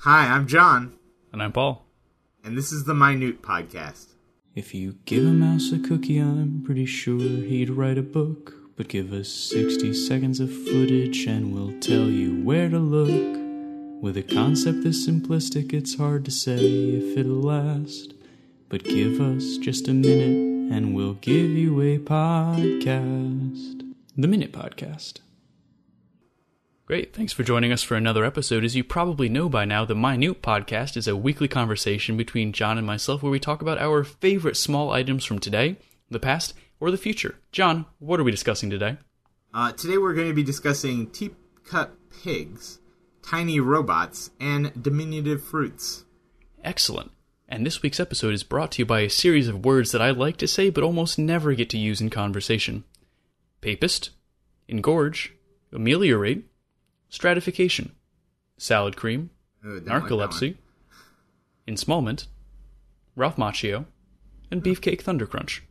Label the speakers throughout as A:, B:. A: Hi, I'm John,
B: And I'm Paul.
A: and this is the Minute Podcast.
C: If you give a mouse a cookie, I'm pretty sure he'd write a book. But give us 60 seconds of footage and we'll tell you where to look. With a concept this simplistic, it's hard to say if it'll last. But give us just a minute and we'll give you a podcast. The Minute Podcast.
B: Great, thanks for joining us for another episode. As you probably know by now, the Minute Podcast is a weekly conversation between John and myself where we talk about our favorite small items from today, the past, or the future. John, what are we discussing today?
A: Uh, today we're going to be discussing teacup pigs, tiny robots, and diminutive fruits.
B: Excellent. And this week's episode is brought to you by a series of words that I like to say but almost never get to use in conversation papist, engorge, ameliorate, stratification, salad cream,
A: Ooh, don't like that
B: Narcolepsy,
A: one.
B: Ensmallment, Ralph Macchio, and Beefcake Thunder Crunch.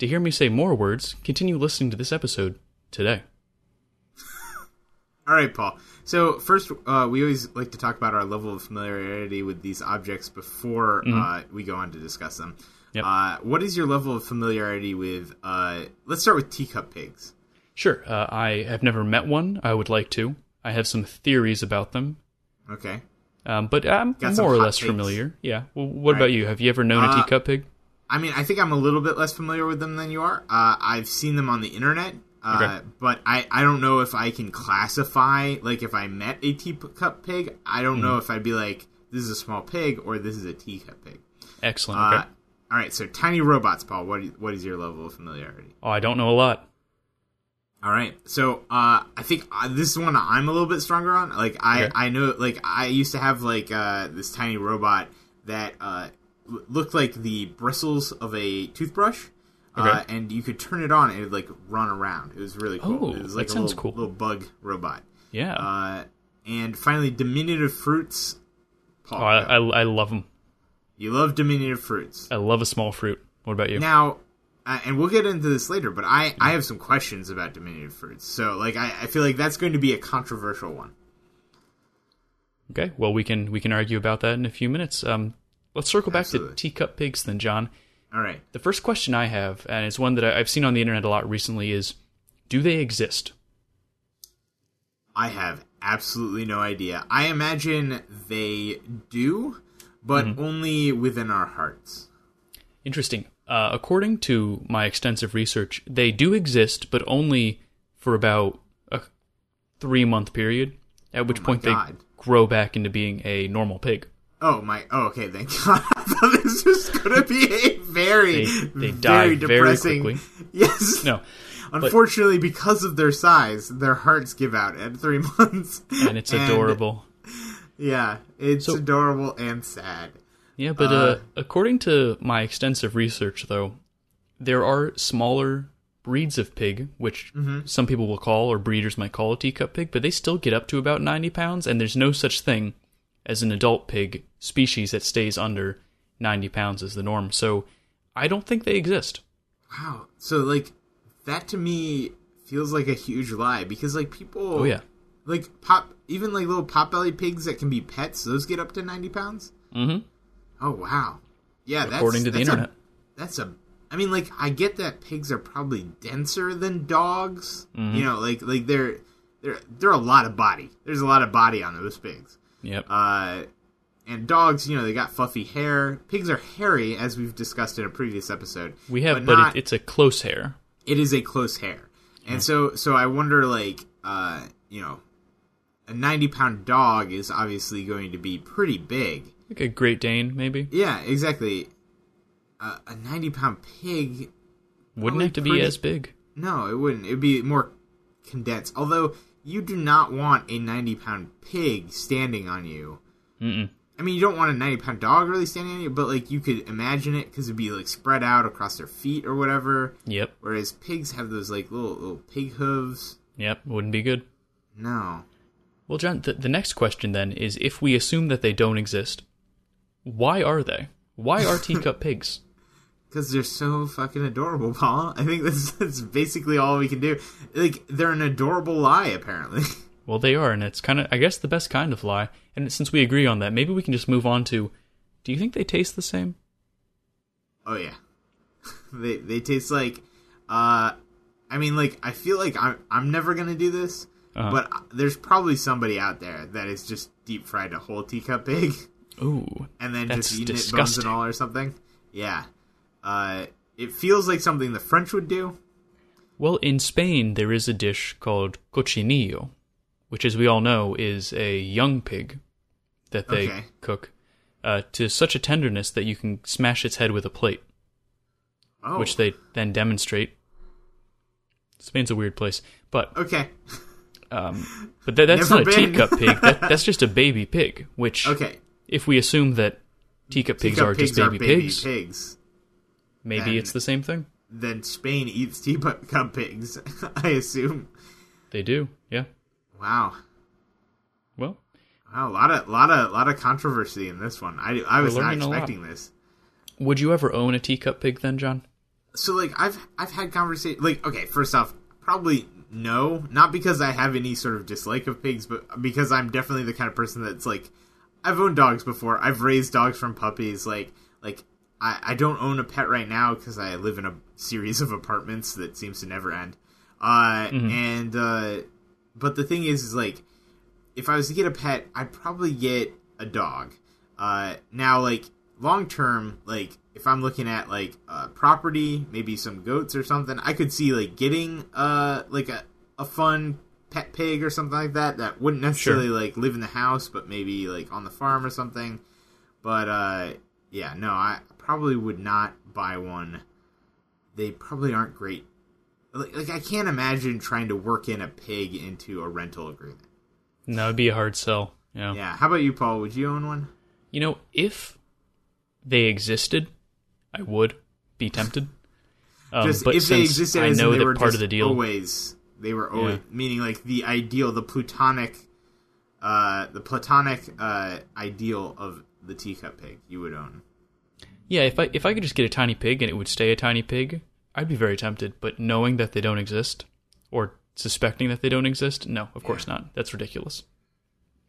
B: To hear me say more words, continue listening to this episode today.
A: All right, Paul. So first, uh, we always like to talk about our level of familiarity with these objects before uh, we go on to discuss them.
B: Mm-hmm. Yep.
A: Uh, what is your level of familiarity with? Uh, let's start with teacup pigs.
B: Sure, uh, I have never met one. I would like to. I have some theories about them,
A: Okay.
B: um, but I'm
A: Got some
B: more or
A: hot
B: less
A: takes.
B: familiar. Yeah. Well, what
A: Right.
B: about you? Have you ever known
A: Uh,
B: a teacup pig?
A: I mean, I think I'm a little bit less familiar with them than you are. Uh, I've seen them on the internet, uh,
B: Okay.
A: but I, I don't know if I can classify, like, if I met a teacup pig, I don't
B: Mm-hmm.
A: know if I'd be like, this is a small pig or this is a teacup pig.
B: Excellent.
A: Uh,
B: okay.
A: All right, so tiny robots, Paul, what, i- what is your level of familiarity?
B: Oh, I don't know a lot.
A: All right, so uh, I think uh, this is one I'm a little bit stronger on. Like I,
B: Okay.
A: I know, like I used to have like uh, this tiny robot that uh, l- looked like the bristles of a toothbrush, uh, and you could turn it on and it would like run around. It was really cool.
B: Oh,
A: it was like
B: that
A: a
B: sounds
A: little,
B: cool.
A: little bug robot.
B: Yeah.
A: Uh, and finally, diminutive fruits. Paul,
B: oh, I, I, I love them.
A: you love diminutive fruits.
B: I love a small fruit. What about you?
A: Now, uh, and we'll get into this later, but I, I have some questions about diminutive fruits. So, like, I, I feel like that's going to be a controversial one.
B: Okay. Well, we can we can argue about that in a few minutes. Um, let's circle back
A: Absolutely.
B: to teacup pigs then, John.
A: All right.
B: The first question I have, and it's one that I- I've seen on the internet a lot recently, is do they exist?
A: I have absolutely no idea. I imagine they do, but
B: Mm-hmm.
A: only within our hearts.
B: Interesting. Uh, according to my extensive research, they do exist, but only for about a three month period, at which
A: Oh my
B: point
A: God.
B: they grow back into being a normal pig.
A: Oh my! Oh, okay. Thank God. I thought this was going to be a very,
B: They- they
A: very
B: die very
A: depressing.
B: quickly.
A: Yes.
B: No.
A: Unfortunately, because of their size, their hearts give out at three months,
B: And it's adorable.
A: Yeah, it's
B: So-
A: adorable and sad.
B: Yeah, but uh, according to my extensive research, though, there are smaller breeds of pig, which
A: Mm-hmm.
B: some people will call, or breeders might call a teacup pig, but they still get up to about 90 pounds, and there's no such thing as an adult pig species that stays under 90 pounds as the norm. So I don't think they exist.
A: Wow. So like that to me feels like a huge lie because like people
B: Oh, yeah.
A: like pop even like little pot bellied pigs that can be pets, those get up to ninety pounds?
B: hmm
A: Oh wow. Yeah, that's
B: According to the
A: that's
B: internet.
A: A, that's a I mean like I get that pigs are probably denser than dogs.
B: Mm-hmm.
A: You know, like like they're they're they're a lot of body. There's a lot of body on those pigs.
B: Yep.
A: Uh and dogs, you know, they got fluffy hair. Pigs are hairy, as we've discussed in a previous episode.
B: we
A: but
B: have, but,
A: not-
B: it, it's a close hair.
A: it is a close hair. And so so I wonder like uh you know a 90 pound dog is obviously going to be pretty big.
B: Like a Great Dane, maybe.
A: Yeah, exactly. Uh, a 90 pound pig
B: Wouldn't
A: probably
B: have to be
A: pretty-
B: as big.
A: no, it wouldn't. It would be more condensed. Although you do not want a 90 pound pig standing on you.
B: Mm-mm.
A: I mean, you don't want a 90 pound dog really standing on you, but like you could imagine it cuz it'd be like spread out across their feet or whatever.
B: Yep.
A: Whereas pigs have those like little little pig hooves.
B: Yep. Wouldn't be good.
A: No.
B: Well, John, the, the next question then is if we assume that they don't exist, why are they? Why are teacup pigs?
A: Because they're so fucking adorable, Paul. I think that's, that's basically all we can do. Like, they're an adorable lie, apparently.
B: Well, they are, and it's kind of, I guess, the best kind of lie. And since we agree on that, maybe we can just move on to do you think they taste the same?
A: Oh yeah, they they taste like. Uh, I mean, like I feel like I'm I'm never gonna do this,
B: Uh-huh.
A: but I- there's probably somebody out there that is just deep fried a whole teacup pig
B: Ooh.
A: and then
B: That's
A: just eating it bones
B: disgusting.
A: and all or something. Yeah, uh, it feels like something the French would do.
B: Well, in Spain, there is a dish called cochinillo, which, as we all know, is a young pig that they
A: Okay.
B: cook uh, to such a tenderness that you can smash its head with a plate,
A: Oh,
B: which they then demonstrate. Spain's a weird place, but
A: okay,
B: um, but tha- that's
A: Never
B: not a
A: been.
B: teacup pig. That, that's just a baby pig. Which,
A: okay.
B: if we assume that teacup pigs
A: Teacup
B: are just baby, pigs,
A: pigs.
B: maybe
A: then-
B: it's the same thing.
A: Then Spain eats teacup pigs. I assume.
B: They do, yeah.
A: Wow.
B: Well,
A: Wow, a lot of lot of lot of controversy in this one. I I was not
B: learning a lot.
A: expecting this.
B: would you ever own a teacup pig then, John?
A: So like I've I've had conversation like okay, first off, probably no, not because I have any sort of dislike of pigs, but because I'm definitely the kind of person that's like I've owned dogs before. I've raised dogs from puppies like like I, I don't own a pet right now because I live in a series of apartments that seems to never end. Uh,
B: Mm-hmm.
A: and uh, but the thing is, is like if I was to get a pet, I'd probably get a dog. Uh, now, like long term, like if I'm looking at like uh, property, maybe some goats or something, I could see like getting uh like a a fun pet pig or something like that that wouldn't necessarily like live in the house, but maybe like on the farm or something. But uh, yeah, no, I probably would not buy one. They probably aren't great. Like, like I can't imagine trying to work in a pig into a rental agreement.
B: No, it'd be a hard sell. Yeah.
A: Yeah. How about you, Paul? Would you own one?
B: You know, if they existed, I would be tempted. Um,
A: Just
B: but
A: if they
B: since
A: existed,
B: I
A: as in
B: know
A: they
B: that
A: were
B: part
A: just
B: of the deal,
A: always they were always
B: Yeah.
A: meaning like the ideal, the plutonic, uh, the platonic uh, ideal of the teacup pig. You would own.
B: yeah, if I if I could just get a tiny pig and it would stay a tiny pig, I'd be very tempted. But knowing that they don't exist, or suspecting that they don't exist, no, of course not. That's ridiculous.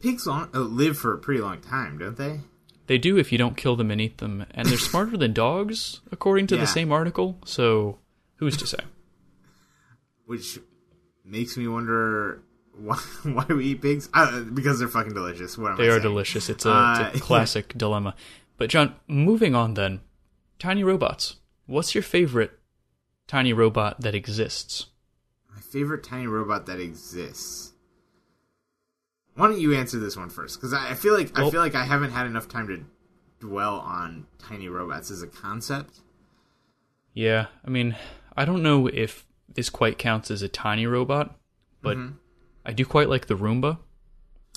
A: Pigs long, uh, live for a pretty long time, don't they?
B: They do if you don't kill them and eat them, and they're smarter than dogs, according to
A: Yeah.
B: the same article. So, who's to say?
A: Which makes me wonder why, why we eat pigs. Uh, because they're fucking delicious. What am I
B: They are
A: saying?
B: delicious. It's a,
A: Uh,
B: it's a classic dilemma. But John, moving on then, tiny robots. What's your favorite tiny robot that exists?
A: My favorite tiny robot that exists. Why don't you answer this one first? Because I, I feel like I
B: Well-
A: feel like I haven't had enough time to dwell on tiny robots as a concept.
B: Yeah, I mean, I don't know if this quite counts as a tiny robot, but
A: Mm-hmm.
B: I do quite like the Roomba.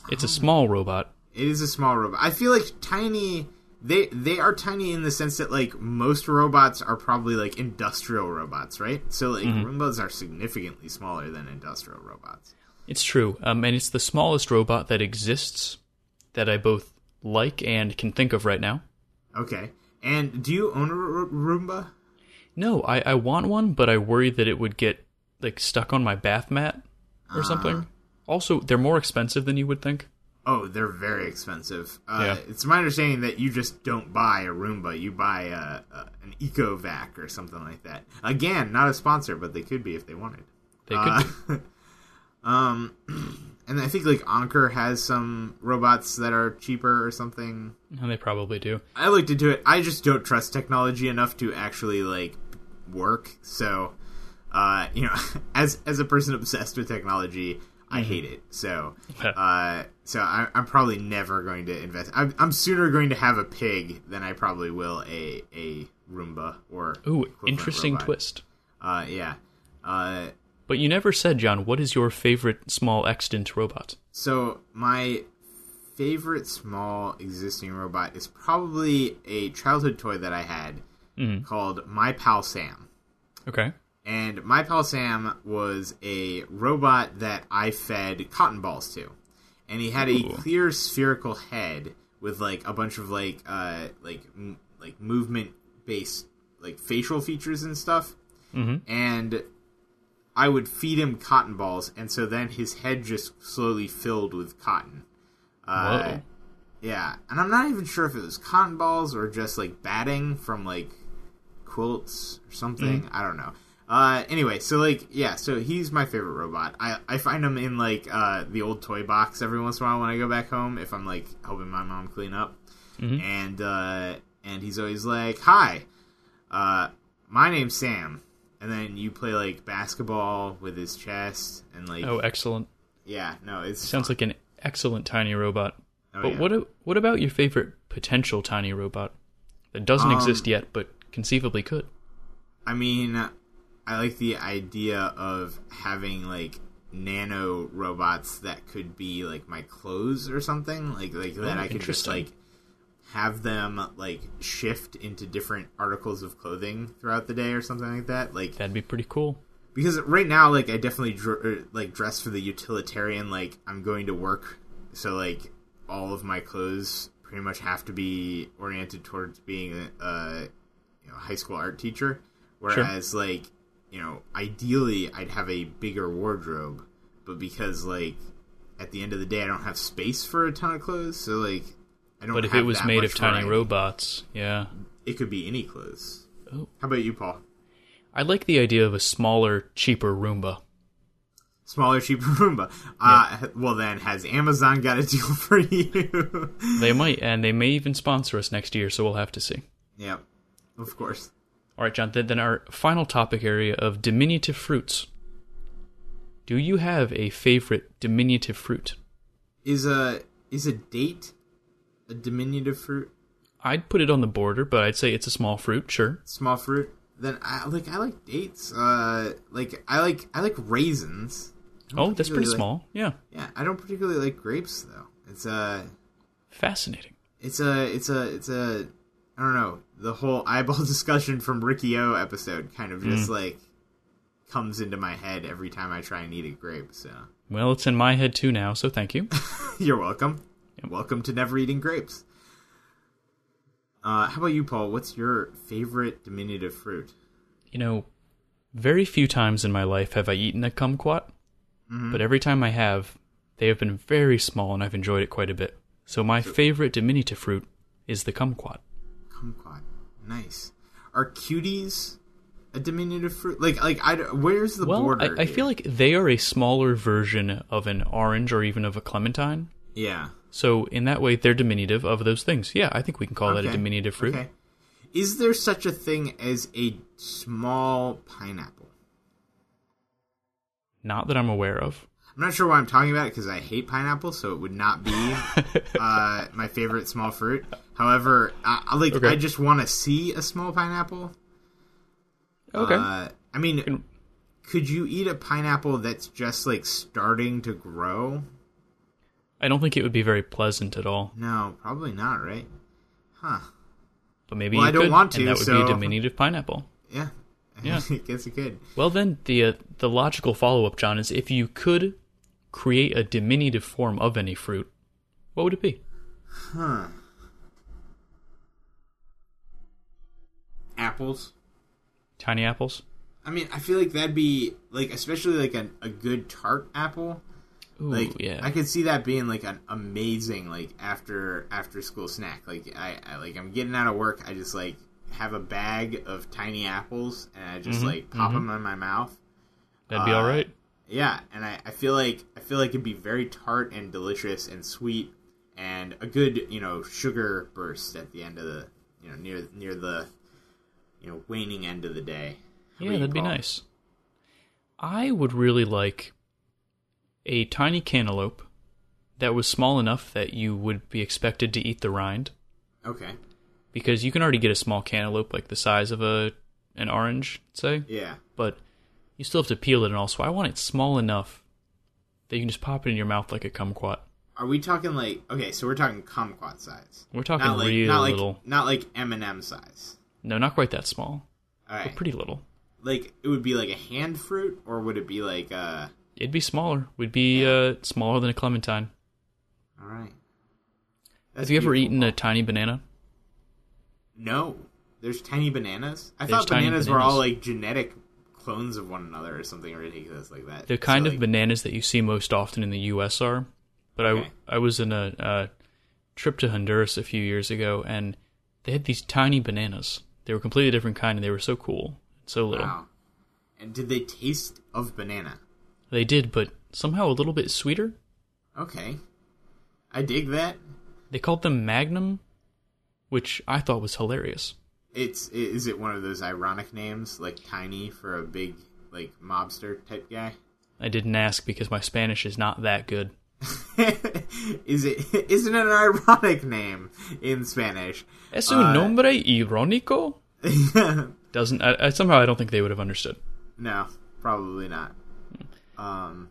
B: It's
A: Oh.
B: a small robot.
A: It is a small robot. I feel like tiny. They they are tiny in the sense that like most robots are probably like industrial robots, right? So like Roombas are significantly smaller than industrial robots.
B: It's true, um, and it's the smallest robot that exists that I both like and can think of right now.
A: Okay. And do you own a Ro- Roomba?
B: No, I, I want one, but I worry that it would get like stuck on my bath mat or
A: Ah.
B: something. Also, they're more expensive than you would think.
A: Oh, they're very expensive. Uh,
B: Yeah.
A: It's my understanding that you just don't buy a Roomba. You buy a, a, an EcoVac or something like that. Again, not a sponsor, but they could be if they wanted.
B: They could.
A: Uh,
B: be.
A: um, and I think like Anker has some robots that are cheaper or something.
B: and they probably do.
A: I looked into it. I just don't trust technology enough to actually like work. So, uh, you know, as as a person obsessed with technology, I
B: Mm-hmm.
A: hate it. So, uh, so I, I'm probably never going to invest. I'm, I'm sooner going to have a pig than I probably will a a Roomba or
B: Ooh,
A: equivalent
B: interesting
A: robot.
B: twist.
A: Uh, yeah. Uh,
B: But you never said, John, what is your favorite small extant robot?
A: So my favorite small existing robot is probably a childhood toy that I had
B: Mm-hmm.
A: called My Pal Sam.
B: Okay.
A: And My Pal Sam was a robot that I fed cotton balls to. And he had
B: Ooh.
A: a clear spherical head with like a bunch of like uh like m- like movement based like facial features and stuff. And I would feed him cotton balls, and so then his head just slowly filled with cotton. Uh,
B: Whoa.
A: Yeah, and I'm not even sure if it was cotton balls or just like batting from like quilts or something.
B: Mm.
A: I don't know. Uh, anyway, so like yeah, so he's my favorite robot. I I find him in like uh the old toy box every once in a while when I go back home if I'm like helping my mom clean up,
B: Mm-hmm.
A: and uh and he's always like hi, uh my name's Sam, and then you play like basketball with his chest and like
B: Oh, excellent.
A: yeah no it's
B: Sounds like an excellent tiny robot.
A: oh,
B: but
A: yeah.
B: what a- what about your favorite potential tiny robot that doesn't
A: Um,
B: exist yet but conceivably could?
A: I mean, I like the idea of having like nano robots that could be like my clothes or something, like like that
B: Oh,
A: I could just
B: interesting.
A: like have them like shift into different articles of clothing throughout the day or something like that. Like
B: That'd be pretty cool.
A: because right now like I definitely dr- er, like dress for the utilitarian like I'm going to work, so like all of my clothes pretty much have to be oriented towards being a, a you know, high school art teacher. Whereas, like, you know, ideally I'd have a bigger wardrobe, but because, like, at the end of the day I don't have space for a ton of clothes, so, like, I don't
B: But if
A: have
B: it was
A: that
B: made
A: much
B: of tiny
A: variety.
B: robots, yeah.
A: it could be any clothes.
B: Oh.
A: How about you, Paul?
B: I like the idea of a smaller, cheaper Roomba.
A: Smaller, cheaper Roomba. Uh, well, then, has Amazon got a deal for you?
B: They might, and they may even sponsor us next year, so we'll have to see.
A: yep, of course.
B: All right, John, th- then our final topic area of diminutive fruits. Do you have a favorite diminutive fruit?
A: Is a is a date a diminutive fruit?
B: I'd put it on the border, but I'd say it's a small fruit, sure.
A: small fruit. Then I like I like dates. Uh, like I like I like raisins. I don't
B: Oh, that's
A: particularly
B: pretty
A: like-
B: small. Yeah.
A: Yeah, I don't particularly like grapes though. It's a
B: Fascinating.
A: it's a it's a it's a I don't know the whole eyeball discussion from Ricky O episode kind of just
B: Mm.
A: like comes into my head every time I try and eat a grape. So
B: Well, it's in my head too now, so thank you.
A: you're welcome. Welcome to never eating grapes. Uh, how about you, Paul? What's your favorite diminutive fruit?
B: You know, very few times in my life have I eaten a kumquat,
A: Mm-hmm.
B: but every time I have, they have been very small and I've enjoyed it quite a bit. So my favorite diminutive fruit is the kumquat.
A: Kumquat. Nice. Are cuties a diminutive fruit? Like, like, I, d- where's the
B: Well,
A: border?
B: I, I feel
A: here?
B: like they are a smaller version of an orange or even of a clementine.
A: yeah.
B: So in that way, they're diminutive of those things. Yeah, I think we can call that a
A: Okay.
B: diminutive fruit.
A: Okay. Is there such a thing as a small pineapple?
B: Not that I'm aware of.
A: I'm not sure why I'm talking about it because I hate pineapple, so it would not be uh, my favorite small fruit. However, I, I like
B: Okay.
A: I just want to see a small pineapple.
B: Okay.
A: Uh, I mean, could you eat a pineapple that's just like starting to grow?
B: I don't think it would be very pleasant at all,
A: No, probably not, right? Huh.
B: but maybe
A: Well,
B: you
A: I don't
B: could,
A: want to,
B: and that would
A: so-
B: be a diminutive pineapple.
A: Yeah.
B: Yeah.
A: I guess it could.
B: Well, then the uh, the logical follow up, John, is if you could create a diminutive form of any fruit, what would it be?
A: Huh. Apples.
B: Tiny apples.
A: I mean, I feel like that'd be like, especially like a, a good tart apple.
B: Ooh,
A: Like,
B: yeah.
A: I could see that being like an amazing like after after school snack. Like, I, I like I'm getting out of work. I just like have a bag of tiny apples and I
B: Mm-hmm.
A: just like pop them in my mouth.
B: That'd be
A: uh,
B: all right.
A: Yeah, and I, I feel like I feel like it'd be very tart and delicious and sweet and a good, you know, sugar burst at the end of the you know, near near the you know, waning end of the day.
B: Yeah,
A: you
B: that'd be
A: call it.
B: nice. I would really like a tiny cantaloupe that was small enough that you would be expected to eat the rind,
A: Okay.
B: because you can already get a small cantaloupe like the size of a an orange, say,
A: Yeah.
B: but you still have to peel it and all. So I want it small enough that you can just pop it in your mouth like a kumquat.
A: Are we talking like okay, so we're talking kumquat size.
B: We're talking
A: not like
B: real
A: not like
B: little.
A: not like M and M size.
B: No, not quite that small,
A: All
B: but
A: right.
B: pretty little.
A: Like it would be like a hand fruit or would it be like uh
B: It'd be smaller. Would be uh, smaller than a clementine.
A: all right.
B: Have you ever eaten a tiny banana?
A: No. There's tiny bananas. I
B: There's
A: thought
B: tiny
A: bananas, were all
B: bananas.
A: like genetic clones of one another or something ridiculous like that.
B: The
A: So,
B: kind
A: like-
B: of bananas that you see most often in the U.S. are, but
A: Okay.
B: I I was in a uh, trip to Honduras a few years ago, and they had these tiny bananas. They were completely different kind, and they were so cool, so little.
A: Wow. And did they taste of banana?
B: They did, but somehow a little bit sweeter.
A: Okay, I dig that.
B: They called them Magnum, which I thought was hilarious.
A: It's i- is it one of those ironic names like tiny for a big like mobster type guy?
B: I didn't ask because my Spanish is not that good.
A: is it isn't it an ironic name in Spanish?
B: Es un nombre irónico. Doesn't I, I, somehow I don't think they would have understood.
A: No, probably not. Um,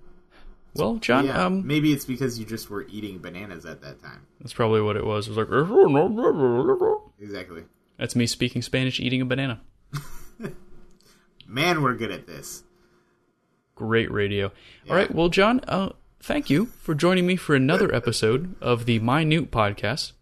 B: Well, John,
A: yeah,
B: um,
A: maybe it's because you just were eating bananas at that time.
B: that's probably what it was. It was like
A: Exactly.
B: that's me speaking Spanish, eating a banana.
A: Man, we're good at this.
B: Great radio. All right, well, John, uh, thank you for joining me for another episode of the Minute Podcast.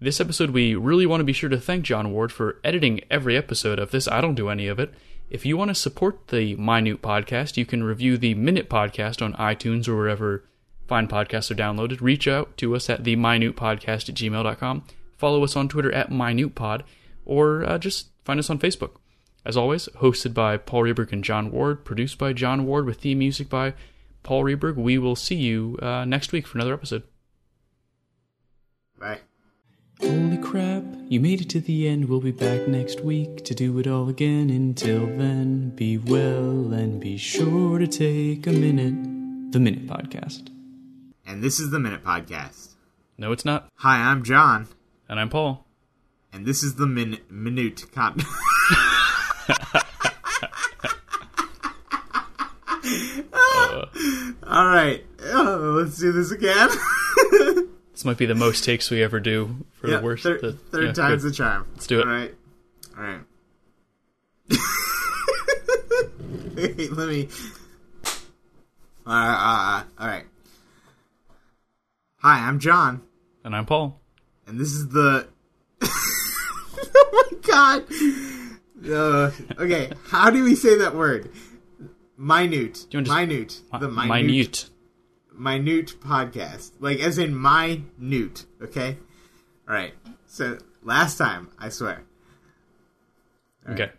B: This episode, we really want to be sure to thank John Ward for editing every episode of this. I don't do any of it. If you want to support the Minute Podcast, you can review the Minute Podcast on iTunes or wherever fine podcasts are downloaded. Reach out to us at the Minute Podcast at gmail.com. Follow us on Twitter at MinutePod or uh, just find us on Facebook. As always, hosted by Paul Reberg and John Ward, produced by John Ward with theme music by Paul Reberg. We will see you uh, next week for another episode.
A: Bye.
C: Holy crap, you made it to the end. We'll be back next week to do it all again. Until then, be well and be sure to take a minute. The Minute Podcast.
A: And this is the Minute Podcast.
B: No, it's not.
A: Hi, I'm John,
B: And I'm Paul.
A: and this is the min- Minute Con.
B: Uh.
A: All right, oh, let's do this again.
B: This might be the most takes we ever do for
A: Yeah,
B: the worst.
A: thir-
B: the-
A: third
B: yeah,
A: time's
B: good.
A: the charm. Let's
B: do it.
A: All right, all right. Wait, let me. Uh, uh, uh, all right. Hi, I'm John.
B: and I'm Paul.
A: and this is the oh my god uh, okay how do we say that word minute
B: you wanna just-
A: minute the minute, minute
B: Minute.
A: podcast like as in minute okay all right so last time i swear
B: Okay.